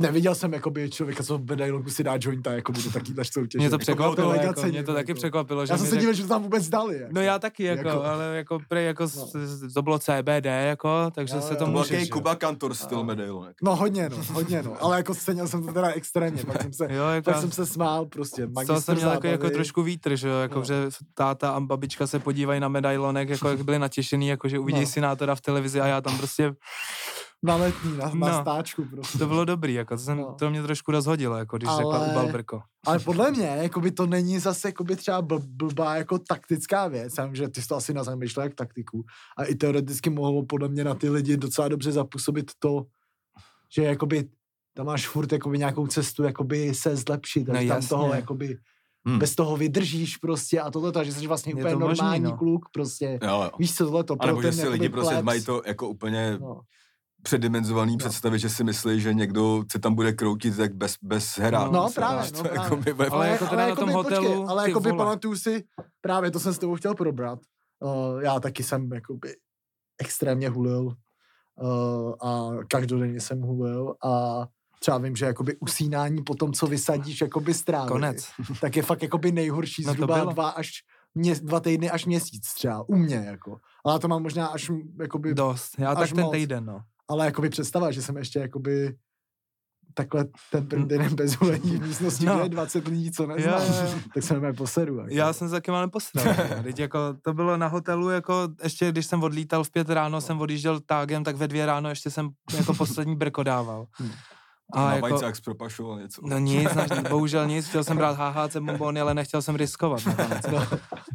B: Neviděl jsem jakoby člověka, co v medailonku si dá jointa jako do takovýhle soutěže.
C: Mě to
B: bylo
C: překvapilo,
B: mega
C: jako, mě
B: cením,
C: to taky
B: jako.
C: překvapilo, že
B: Já jsem
C: mi
B: se
C: řek-
B: divil, že to tam vůbec dali. Jako.
C: No já taky, jako,
B: Jako-
C: ale jako, prej, jako
B: No.
C: s- s- to bylo CBD, jako, takže
B: Jo,
C: se
B: jo.
A: To
C: to
A: byl
C: může,
A: takový
C: že jo.
A: Kuba Kantor styl
B: A-
A: medailonek.
B: No hodně, no, hodně, no. Ale jako cenil jsem to teda extrémně. Pak jsem se,
C: Jo, jako,
B: pak jsem se smál prostě.
C: z toho
B: Magistr
C: jsem měl jako,
B: zábavy.
C: jako trošku vítr, že jo, jako,
B: No.
C: že táta a babička se podívají na medailonek, jako jak byli natěšený, jako že uvidí
B: No.
C: senátora v televizi a já tam prostě
B: na letní, na, no. na
C: No.
B: stáčku prostě.
C: To bylo dobrý, jako to, jsem,
B: No.
C: no. to mě trošku rozhodilo, jako když Ale... řekla
B: Ale-
C: ubal brko.
B: Ale podle mě, jakoby to není zase jakoby třeba bl- blbá jako taktická věc. Já vím, že ty jsi to asi nazamýšlel jak taktiku. A i teoreticky mohlo podle mě na ty lidi docela dobře zapůsobit to, že jakoby tam máš furt jakoby nějakou cestu jakoby se zlepšit.
C: No
B: No, tam
C: jasně.
B: toho jakoby
A: Hmm.
B: bez toho vydržíš prostě a tohle, že jsi vlastně
C: Je
B: úplně
C: to možný,
B: normální
C: no.
B: kluk prostě.
A: Jo, jo.
B: Víš co, tohleto.
A: A
B: pro
A: nebo že
B: ten
A: si
B: jakoby
A: lidi prostě
B: plebs.
A: mají to jako úplně
B: No,
A: předimenzovaný představy, že si myslí, že někdo se tam bude kroutit tak bez, bez heráku.
B: no
A: se
B: právě,
A: dá,
B: no
A: to jako
B: právě.
A: by bude-
C: Ale jako teda na tom
B: jakoby,
C: hotelu,
B: ale
C: ty
B: jako by
C: vole.
B: pamatuju si, právě to jsem s tebou chtěl probrat. Uh, já taky jsem jakoby extrémně hulil uh, a každodenně jsem hulil a třeba vím, že jakoby usínání po tom, co vysadíš jakoby z trávy,
C: Konec.
B: tak je fakt jakoby nejhorší
C: No to
B: zhruba
C: bylo.
B: dva až mě, dva týdny až měsíc třeba, u mě jako. Ale to mám možná až m, jakoby
C: Dost. Já
B: Až
C: tak ten
B: moc.
C: týden, no.
B: ale jakoby představa, že jsem ještě jakoby takhle ten první den bez hulení v místnosti, no.
C: Mm. No.
B: kde je 20 lidí, co
C: Jo,
B: neznám,
C: jo, jo.
B: tak se mě poseru. Jako.
C: Já jsem se taky málem posral. Teď jako, to bylo na hotelu, jako ještě když jsem odlítal v pět ráno, jsem odjížděl tágem, tak ve dvě ráno ještě jsem jako poslední brko dával.
B: Hmm.
C: A
A: na jako...
C: jako,
A: vajcák zpropašoval něco.
C: no nic, naš, bohužel nic, chtěl jsem brát HHC bombony, ale nechtěl jsem riskovat. nakonec.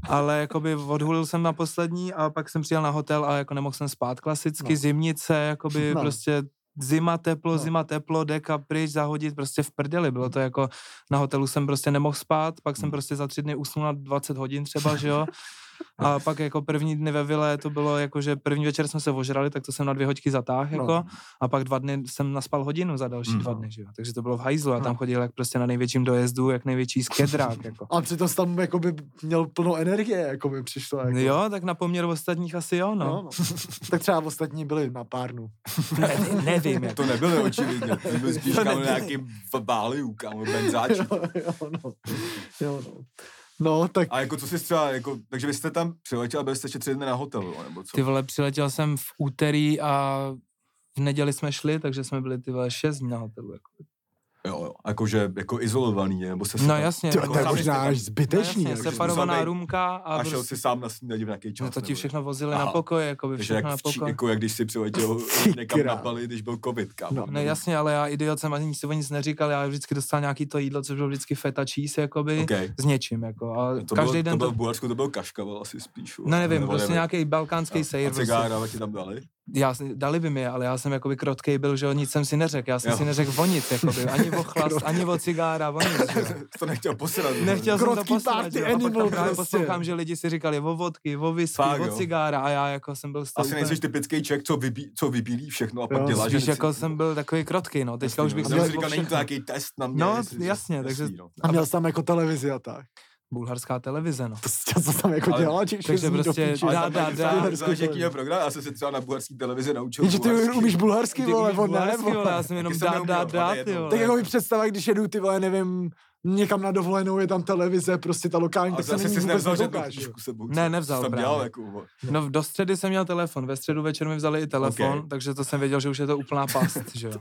C: Ale jakoby odhulil jsem na poslední a pak jsem přijel na hotel a jako nemohl jsem spát klasicky,
B: No.
C: no. zimnice, jakoby
B: No.
C: no. prostě zima teplo,
B: No.
C: no. zima teplo, deka pryč, zahodit prostě v prdeli. Bylo to jako, na hotelu jsem prostě nemohl spát, pak
B: Hmm.
C: jsem prostě za tři dny usnul na 20 hodin třeba, že jo. A pak jako první dny ve vile to bylo jako, že první večer jsme se ožrali, tak to jsem na dvě hoďky zatáhl
B: No. Hmm.
C: jako. A pak dva dny jsem naspal hodinu za další
A: Mm.
C: dva dny, že jo. Takže to bylo v hajzlu a tam
B: No.
C: chodil jak prostě na největším dojezdu, jak největší skedrák, jako.
B: A přitom jsi tam jakoby měl plno energie, jako mi přišlo. Jako.
C: No Jo, tak na poměr ostatních asi jo, no.
B: No, no. tak třeba ostatní byli na párnu.
C: Ne, nevím, jak.
A: To nebyly očividně, to byly spíš
B: To
A: kámo
B: nebyly.
A: nějaký v- báliu, kámo, benzáči.
B: jo, jo, no. jo, no. No, tak
A: A jako co jsi třeba, jako, takže vy jste tam přiletěl a byli jste ještě tři dny na hotelu, nebo co?
C: Ty vole, přiletěl jsem v úterý a v neděli jsme šli, takže jsme byli ty vole šest dní na hotelu. Jako.
A: Jo, jo, jakože jako izolovaný, nebo se
C: No jasně.
B: ty,
C: jako-
B: to je
A: sám
B: možná
A: jste-
B: až
C: no,
B: zbytečný. jako.
C: jasně,
A: musel
C: separovaná
A: být-
C: růmka a,
A: A
C: prostě,
A: šel si sám na snídani v nějaký
C: no
A: čas.
C: to ti
A: nebo-
C: všechno vozili
A: Aha.
C: na pokoj, jako by
A: Takže
C: všechno
A: jak,
C: na
A: v Čí,
C: pokoj.
A: jako jak když si přiletěl
B: Ty
A: někam na
B: král.
A: Bali, když byl covid, kámo.
B: No.
A: No.
C: No jasně, ale já idiot jsem ani si o nic neříkal, já vždycky dostal nějaký to jídlo, což bylo vždycky feta cheese, jakoby, okay.
A: Okay.
C: s něčím, jako. A
A: To
C: každý
A: bylo,
C: den
A: to
C: to,
A: bylo v Bulharsku, to byl kaškaval asi spíš.
C: No nevím,
A: nebo
C: prostě nějaký balkánský
A: Jo.
C: sejr.
A: A
C: prostě.
A: cigára prostě. ti tam dali?
C: já, si- dali by mi je, ale já jsem jakoby krotkej byl, že jo, nic jsem si neřekl, já jsem
A: Jo.
C: si neřekl o nic, jakoby, ani o chlast, ani o cigára, o nic, že jo.
A: to nechtěl posrat.
C: Nechtěl jsem to
B: Krotký
C: poslat,
B: party
C: že jo. a pak
B: animal
C: tam právě
B: prostě.
C: poslouchám, že lidi si říkali o vodky, o whisky,
A: Fakt,
C: o
A: jo.
C: cigára a já jako jsem byl z toho
A: Asi nejsi typický člověk, co, vybí, co vybílí všechno a
B: Jo.
A: pak dělá, že...
C: Spíš jako jsem byl takový krotký, no, teďka už bych
A: si
C: si
A: říkal, není to nějaký test na mě.
C: No,
A: jestli-
C: jasně, takže-
A: no.
B: A měl jsi tam jako televizi a tak.
C: Bulharská televize, no.
B: Prostě, co tam jako
A: Ale-
B: dělal, těch
C: takže
B: šest dní do
C: prostě-
B: píči.
A: Ale
C: dá,
A: tam
C: dá,
A: taky
C: dá.
A: záleží, záleží, jaký je program, já jsem se třeba na bulharský televizi naučil.
B: Jenže ty
A: bulharsky.
B: umíš bulharsky,
C: Ty
B: vole,
C: umíš
B: on ne,
C: bulharsky, vole,
B: vole.
C: já jsem jenom
A: Taky jsem
C: dá,
A: neuměl, no.
C: dá,
A: ale to
C: dá,
A: je
C: ty
A: jedno.
C: vole.
B: Tak jako mi představa, když jedu ty vole, nevím, někam na dovolenou, je tam televize, prostě ta lokální,
A: A
B: tak se
A: zase
B: není
A: jsi
B: vůbec
A: nevzal žádnou
B: nekoukáš. jo.
A: knížku sebou.
C: Ne, nevzal
A: Tam
C: právě.
A: dělal jako...
C: No do středy jsem měl telefon, ve středu večer mi vzali i telefon,
A: Ok.
C: okay. takže to jsem věděl, že už je to úplná past, že jo.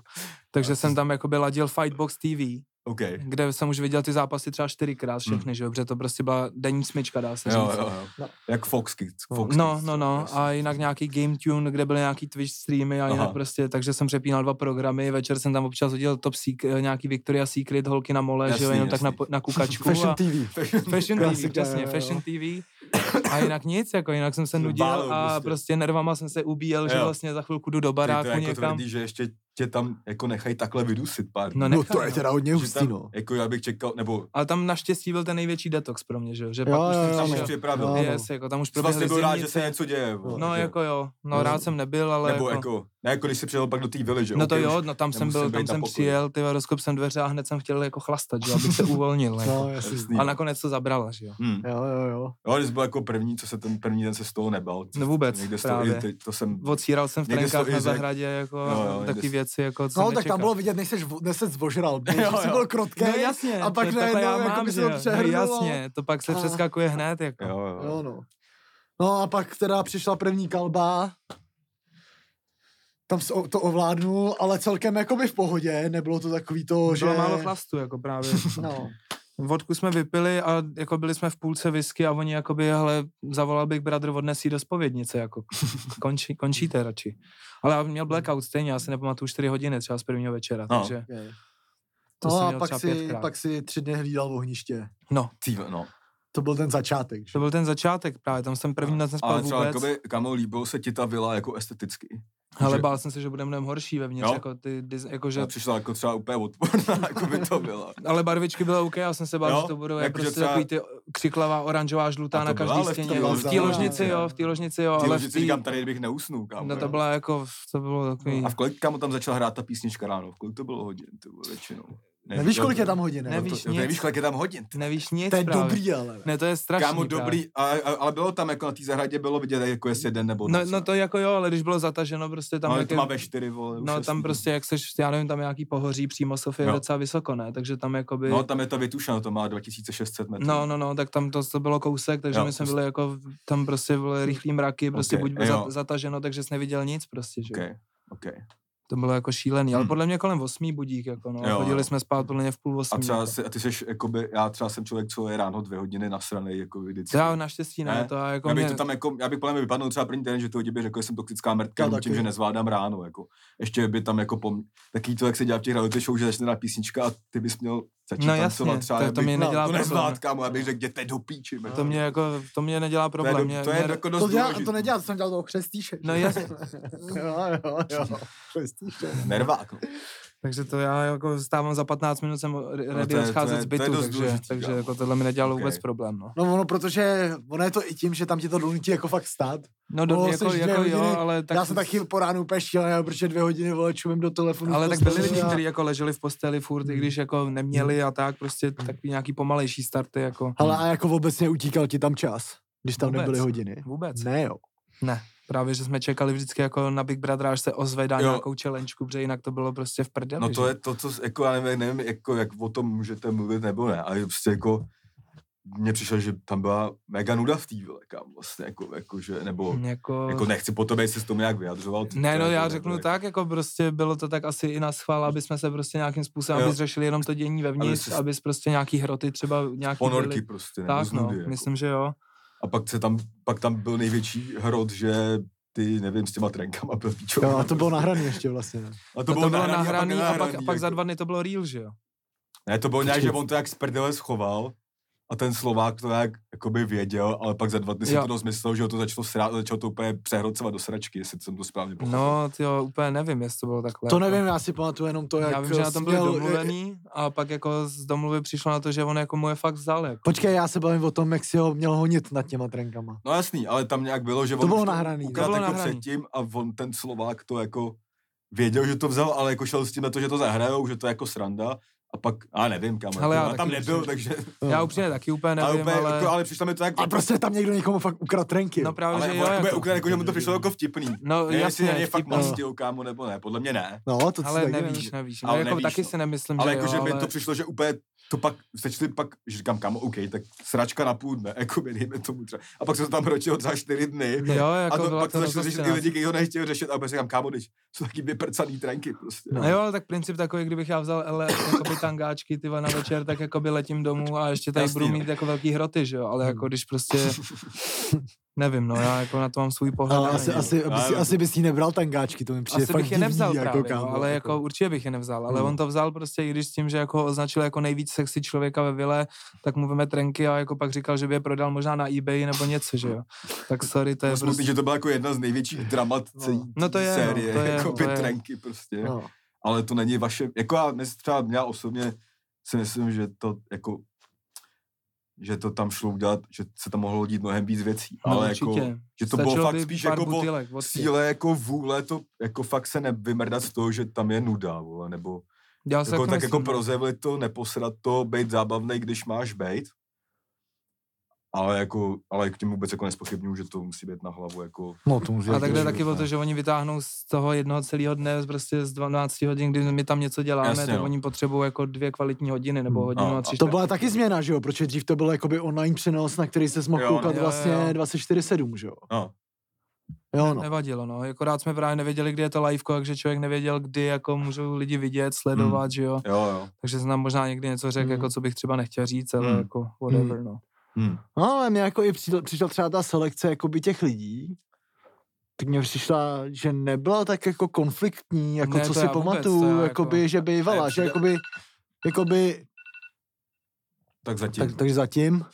C: Takže jsem tam jakoby ladil Fightbox TV,
A: OK.
C: kde jsem už viděl ty zápasy třeba čtyřikrát všechny, že jo, protože to prostě byla denní smyčka, dá se říct.
A: Hm. Jo, jo,
B: No.
A: jo. Jak Fox Kids. Fox
C: no,
A: Kids,
C: no,
A: jo,
C: no.
A: jasně.
C: A jinak nějaký game tune, kde byly nějaký Twitch streamy a jinak
A: Aha.
C: Aha. prostě, takže jsem přepínal dva programy, večer jsem tam občas hodil top secret, nějaký Victoria Secret, holky na mole, že jo,
A: Jasný,
C: jenom tak na,
A: jasný.
C: po- na kukačku.
B: Fashion
C: a,
B: TV.
A: jako
C: Fashion TV,
B: Klasika,
C: přesně,
B: jo, jo.
C: Fashion TV. A jinak nic, jako jinak jsem se
A: No,
C: nudil
A: bálou
C: a
A: prostě.
C: prostě nervama jsem se ubíjel, že
A: Jo.
C: vlastně za chvilku jdu do
A: Ty to
C: baráku
A: je jako
C: někam.
A: tvrdý, že ještě tě tam jako nechají takhle vydusit pár
C: No,
A: dní.
C: ne-
B: No to je teda hodně
A: Že
B: hustý,
A: tam,
B: no.
A: Jako já bych čekal, nebo
C: Ale tam naštěstí byl ten největší detox pro mě, že, jo, že
B: Jo,
C: pak už
B: jo,
C: jsem
B: jo,
A: tam
C: tam
B: no.
A: ještě
C: šel-
A: připravil.
B: Jo,
A: No,
B: no.
C: Yes, jako tam už
A: vlastně
C: proběhly
A: byl rád, že
C: zimnice.
A: se něco děje. vole,
C: No
A: že jo.
C: jako jo, no
B: Jo.
C: rád jsem nebyl, ale
A: Nebo
C: jako...
A: jako, ne jako když jsi přijel pak do té vily, že
C: No to
A: OK,
C: jo,
A: už-
C: no tam jsem
A: nemusím
C: byl,
A: být
C: tam
A: na
C: jsem
A: pokoji.
C: přijel, ty vole, rozkop jsem dveře a hned jsem chtěl jako chlastat, že jo, abych se uvolnil. Jako.
B: No, jasný.
A: Jasný.
C: A nakonec to zabrala, že jo.
A: Hm.
B: Jo, jo, jo.
A: Jo, když byl jako první, co se ten první den se z toho nebal.
C: No vůbec,
A: Někde z
C: právě.
A: Toho, ty- to jsem,
C: Odsíral jsem v
A: Někde jsi to
C: trenkách
A: i
C: na
A: řekl. No,
C: zahradě, jako
A: Jo, jo, někde
C: takové
A: jsi-
C: věci, jako co
B: No, tak tam
C: jsem nečekal.
B: bylo vidět, než jsi, vo- než jsi zvožral, že
A: Jo,
B: jsi
A: jo.
B: byl krotký.
C: No jasně,
B: a pak
C: to, takhle já
B: najednou
C: mám,
B: jakoby se
C: že
B: to
C: jo. no,
B: přehrnulo.
C: jasně, to pak se
B: A-
C: přeskakuje hned, jako.
A: Jo, jo.
B: Jo, no. No a pak teda přišla první kalba, tam jsi o- to ovládnul, ale celkem jakoby v pohodě, nebylo to takový to, že...
C: Bylo málo chlastu, jako právě.
B: No.
C: vodku jsme vypili a jako byli jsme v půlce whisky a oni jakoby, hele, zavolal bych bratr, odnesí do spovědnice, jako končí, končíte radši. Ale já měl blackout stejně, já si nepamatuju 4 hodiny třeba z prvního večera,
A: No.
C: no. takže
B: Okay.
C: to
B: no
C: jsem
B: a
C: měl
B: pak
C: třeba
B: si,
C: pětkrát.
B: pak si tři dny hlídal ohniště.
C: No,
A: Ty, no.
B: To byl ten začátek. Že?
C: to byl ten začátek právě, tam jsem první noc nespal
A: No. Ale třeba,
C: vůbec,
A: jakoby, kamo, líbilo se ti ta vila jako esteticky.
C: ale
A: že-
C: bál jsem se, že bude mnohem horší vevnitř,
A: Jo.
C: jako ty, dis- jako
A: Že...
C: že, No,
A: A přišla jako třeba úplně odporná, jako by to byla.
C: ale barvičky byly OK, já jsem se bál,
A: Jo,
C: že to budou
A: jakože
C: jako prostě
A: třeba-
C: třeba... takový ty křiklavá, oranžová, žlutá
A: A to
C: na
A: byla
C: každý
A: ale v tom
C: stěně.
B: byla
C: V té
B: zelená,
C: ložnici,
B: ne?
C: jo, v té ložnici, jo,
A: Ty
C: ale
A: ale
C: v
A: si
C: té...
A: říkám, tady bych neusnul, kámo.
C: No to
A: jo.
C: byla jako, to bylo takový...
A: A v kolik kamo tam začala hrát ta písnička ráno? V kolik to bylo hodin, ty vole, většinou? Ne,
B: Nevíš,
A: to-
B: kolik je tam hodin? ne?
A: No to-
C: Nevíš
A: to
C: nic.
A: Nevíš, kolik je tam hodin? ty.
C: Nevíš nic
B: To je
C: právě.
B: dobrý, ale.
C: Ne, to je strašný
A: Kámo,
C: právě.
A: dobrý, a, a, ale bylo tam jako na té zahradě, bylo vidět, jako jestli jeden nebo
C: No,
A: dva,
C: no to jako jo, ale když bylo zataženo prostě tam...
A: tam no,
C: jak
A: to
C: je-
A: má ve čtyři, vole. už
C: no
A: jasný.
C: tam prostě, jak seš, já nevím, tam je nějaký pohoří přímo Sofie
A: No.
C: no. docela vysoko, ne? Takže tam jakoby...
A: No, tam je to vytušeno, to má 2600 metrů.
C: No, no, no, tak tam to, to bylo kousek, takže
A: Jo,
C: my jsme
A: prostě.
C: byli jako, v- tam prostě byly rychlý mraky, prostě
A: Ok,
C: buď
A: jo.
C: za, zataženo, takže jsi neviděl nic prostě, že?
A: Okay, okay.
C: To bylo jako šílený, ale
A: Hmm.
C: podle mě kolem osmí budík, jako no,
A: Jo, jo.
C: chodili jsme spát podle mě v půl osmí.
A: A třeba
C: jako.
A: si, a ty seš, jakoby, já třeba jsem člověk, co je ráno dvě hodiny nasranej, jako vždycky.
C: Já naštěstí ne,
A: Ne,
C: to já jako
A: já bych
C: mě...
A: to tam jako, já bych podle mě vypadnul třeba první den, že to by řekl, že jsem toxická mrtka,
B: Já
A: no,
B: taky.
A: tím, že nezvládám ráno, jako. Ještě by tam jako pom... Taký to, jak se dělá v těch reality show, že začne na písnička a ty bys měl začít
C: No
A: tancovat
C: jasně,
A: třeba,
C: to,
A: já
C: to
A: bych-
C: mě
B: no,
C: nedělá
A: to
C: problém.
A: nezvládl, kámo, já bych řekl, jděte do píči. mrtvo.
C: To mě jako, to mě nedělá
A: to je,
C: problém.
A: do,
C: mě,
A: to je
C: mě,
A: jako dost
B: To, dělá,
A: důležitý.
B: to nedělá, to jsem dělal toho křestíše.
C: No
B: že?
C: jasně.
B: jo, jo, jo. Křestíše.
A: Nervák, no.
C: Takže to já jako stávám za 15 minut, jsem re-
A: No,
C: ready
A: to je- to
C: odcházet
A: je-
C: z
A: to je
C: bytu,
A: dost
C: takže,
A: důležitý,
C: takže
A: kámo.
C: jako tohle mi nedělalo
A: Ok.
C: vůbec problém, no.
B: No ono, protože ono je to i tím, že tam ti to donutí jako fakt stát.
C: No, do,
B: No,
C: jako,
B: seš dvě
C: jako jo,
B: hodiny,
C: ale tak...
B: Já jsem taky po ránu úplně šílený, protože dvě hodiny vole čumím do telefonu.
C: ale
B: v
C: tak
B: posteli
C: byli lidi,
B: a-
C: kteří jako leželi v posteli furt, i
A: Hmm.
C: když jako neměli a tak, prostě takový nějaký pomalejší starty, jako
B: Ale a jako obecně utíkal ti tam čas, když tam
C: Vůbec.
B: nebyly hodiny.
C: vůbec.
B: Ne jo.
C: Ne, právě, že jsme čekali vždycky jako na Big Brother, až se ozvedá
A: Jo.
C: nějakou challengeu, protože jinak to bylo prostě v prdeli.
A: No to
C: že?
A: je to, co, jako, já nevím, nevím jako, jak o tom můžete mluvit nebo ne, ale prostě jako, mně přišlo, že tam byla mega nuda v té vile, kam vlastně, jako, jako že, nebo,
C: Jako...
A: jako nechci po tobě, jestli jsi to nějak vyjadřoval. ty-
C: Ne,
A: to
C: no
A: jako
C: já
A: nebo
C: řeknu
A: jak-
C: tak, jako prostě bylo to tak asi i na schvál, aby jsme se prostě nějakým způsobem,
A: Jo.
C: aby řešili jenom to dění vevnitř,
A: jsi-
C: aby prostě nějaký hroty třeba nějaký
A: Ponorky
C: byly.
A: prostě, nebo
C: Tak
A: z nudy,
C: no,
A: jako.
C: myslím, že jo.
A: A pak, se tam, pak tam byl největší hrot, že ty, nevím, s těma trenkama byl píčo.
B: jo a to bylo nahraný ještě vlastně. ne?
A: a
C: To, no, to bylo nahraný a pak, a
A: nahraný,
C: pak za
A: jako.
C: dva dny to bylo real, že jo.
A: Ne, to bylo nějak, že on to jak z prdele schoval a ten Slovák to nějak jakoby věděl, ale pak za dva dny se
C: Jo.
A: to rozmyslel, že ho to začalo, srát, začalo to úplně přehrocovat do sračky, jestli jsem to správně pochopil.
C: No, jo, úplně nevím, jestli to bylo takhle.
B: To
C: jako.
B: nevím, já si pamatuju jenom to, jak
C: Já vím, že na tom byli
B: směl-
C: domluvený a pak jako z domluvy přišlo na to, že on jako mu je fakt vzal. Jako.
B: Počkej, já se bavím o tom, jak si ho měl honit nad těma trenkama.
A: No jasný, ale tam nějak bylo, že
B: To
A: on
B: bylo
A: už
B: nahraný, to
A: ukradl
C: bylo
A: jako
C: nahraný.
A: předtím a on ten Slovák to jako věděl, že to vzal, ale jako šel s tím na to, že to zahrajou, že to je jako sranda a pak, a nevím kam,
C: Ale
A: jako,
C: já
A: já tam
C: taky
A: nebyl,
C: už
A: takže,
C: Já upřímně taky úplně
A: nevím, ale,
C: nevím,
A: úplně, ale... Jako,
C: ale...
A: ale přišlo mi to jako,
B: A prostě tam někdo někomu fakt ukradl trenky.
C: No právě,
A: ale
C: že
A: on
C: jo,
A: jako,
C: jako.
A: jako, jako, že mu to přišlo jako vtipný.
C: No
A: Ne, jestli na
C: jasně,
A: něj fakt
C: vtipný.
A: mastil, kámo, nebo ne, podle mě ne.
B: no to si
C: Ale
B: taky
C: nevíš, nevíš. No,
A: Ale
C: jako
A: nevíš,
C: taky
A: no.
C: si nemyslím,
A: Ale
C: že
A: jakože
C: jo,
A: mi
C: ale-
A: to přišlo, že úplně to pak, sečli pak, že říkám, kámo, OK, tak sračka na půl dne, jako by dejme tomu třeba. A pak jsem se tam ročil za čtyři dny.
C: Jo,
A: a
C: jako
A: to,
C: byla
A: pak to
C: to
A: začalo řešit i
C: rozostřená.
A: lidi, kteří to nechtěli řešit, a pak říkám, kámo, když jsou taky vyprcaný trenky prostě.
C: No. jo, ale tak princip takový, kdybych já vzal ele, jakoby tangáčky ty vole, na večer, tak jakoby letím domů a ještě tady
A: Jasný,
C: budu
A: no. Hmm.
C: mít jako velký hroty, že jo, ale jako když prostě, nevím, no já jako na to mám svůj pohled.
B: Ale
C: na
B: No, asi,
C: něj.
B: asi,
A: Ale
B: asi,
A: jako-
B: asi bys jí nebral tangáčky, to mi přijde
C: asi
B: fakt
C: bych je nevzal
B: divný,
C: právě,
B: jako, kámo,
C: no, ale jako určitě bych je nevzal, ale
B: Hmm.
C: on to vzal prostě, i když s tím, že jako ho označil jako nejvíc sexy člověka ve vile, tak mu veme trenky a jako pak říkal, že by je prodal možná na eBay nebo něco, že jo. Tak sorry, to je
A: Musím říct,
C: prostě...
A: že to byla jako jedna z největších dramat
B: No.
A: celý
C: No to je, no,
A: série,
C: to je,
A: jako
C: no, to je.
A: trenky prostě.
C: jako-
B: No.
A: ale to není vaše, jako já mys- třeba já osobně si myslím, že to jako, že to tam šlo udělat, že se tam mohlo dít mnohem víc věcí,
C: No,
A: ale jako,
C: určitě.
A: že to bylo
C: Stačilo
A: fakt
C: by
A: spíš
C: pár
A: jako o
C: butilek, vodky.
A: síle jako vůle to, jako fakt se nevymrdat z toho, že tam je nuda, vole, nebo
C: Já se
A: jako, tak
C: myslím,
A: jako
C: no.
A: prozevlit to, neposrat to, být zábavný, když máš být. Ale jako, ale k tím vůbec jako nespochybnuju, že to musí být na hlavu jako...
B: no, to může
C: A tak jde
A: že-
C: taky o to, že oni vytáhnou z toho jednoho celého dne, prostě z 12 hodin, kdy my tam něco děláme,
A: Jasně,
C: tak
A: no.
C: oni potřebují jako dvě kvalitní hodiny, nebo
B: Hmm.
C: hodinu
A: A-
C: a
A: a
C: tři
B: To
C: čtvrtě.
B: byla taky změna, že jo? Protože dřív to byl jakoby online přenos, na který se mohl
A: Jo,
B: koukat
C: no.
B: vlastně
C: Jo, jo, jo.
B: 24-7, že jo?
A: No,
B: Jo, no.
C: Nevadilo, no. Jakorát jsme právě nevěděli, kdy je to liveko, takže člověk nevěděl, kdy jako můžou lidi vidět, sledovat,
A: Hmm.
C: že jo.
A: Jo, jo.
C: Takže jsem nám možná někdy něco řekl,
B: Hmm.
C: jako co bych třeba nechtěl říct, ale
A: Hmm.
C: jako whatever, no.
A: Hm.
B: no ale mě jako i přišla, přišla třeba ta selekce jakoby těch lidí, tak mně přišla, že nebyla tak jako konfliktní, jako
C: Ne,
B: co
C: to
B: si
C: já vůbec,
B: pamatuju,
C: to já
B: jakoby,
C: jako-
B: že bývala,
A: Ne,
B: že
A: přijde-
B: jakoby, jakoby
A: Tak zatím.
B: tak, takže zatím,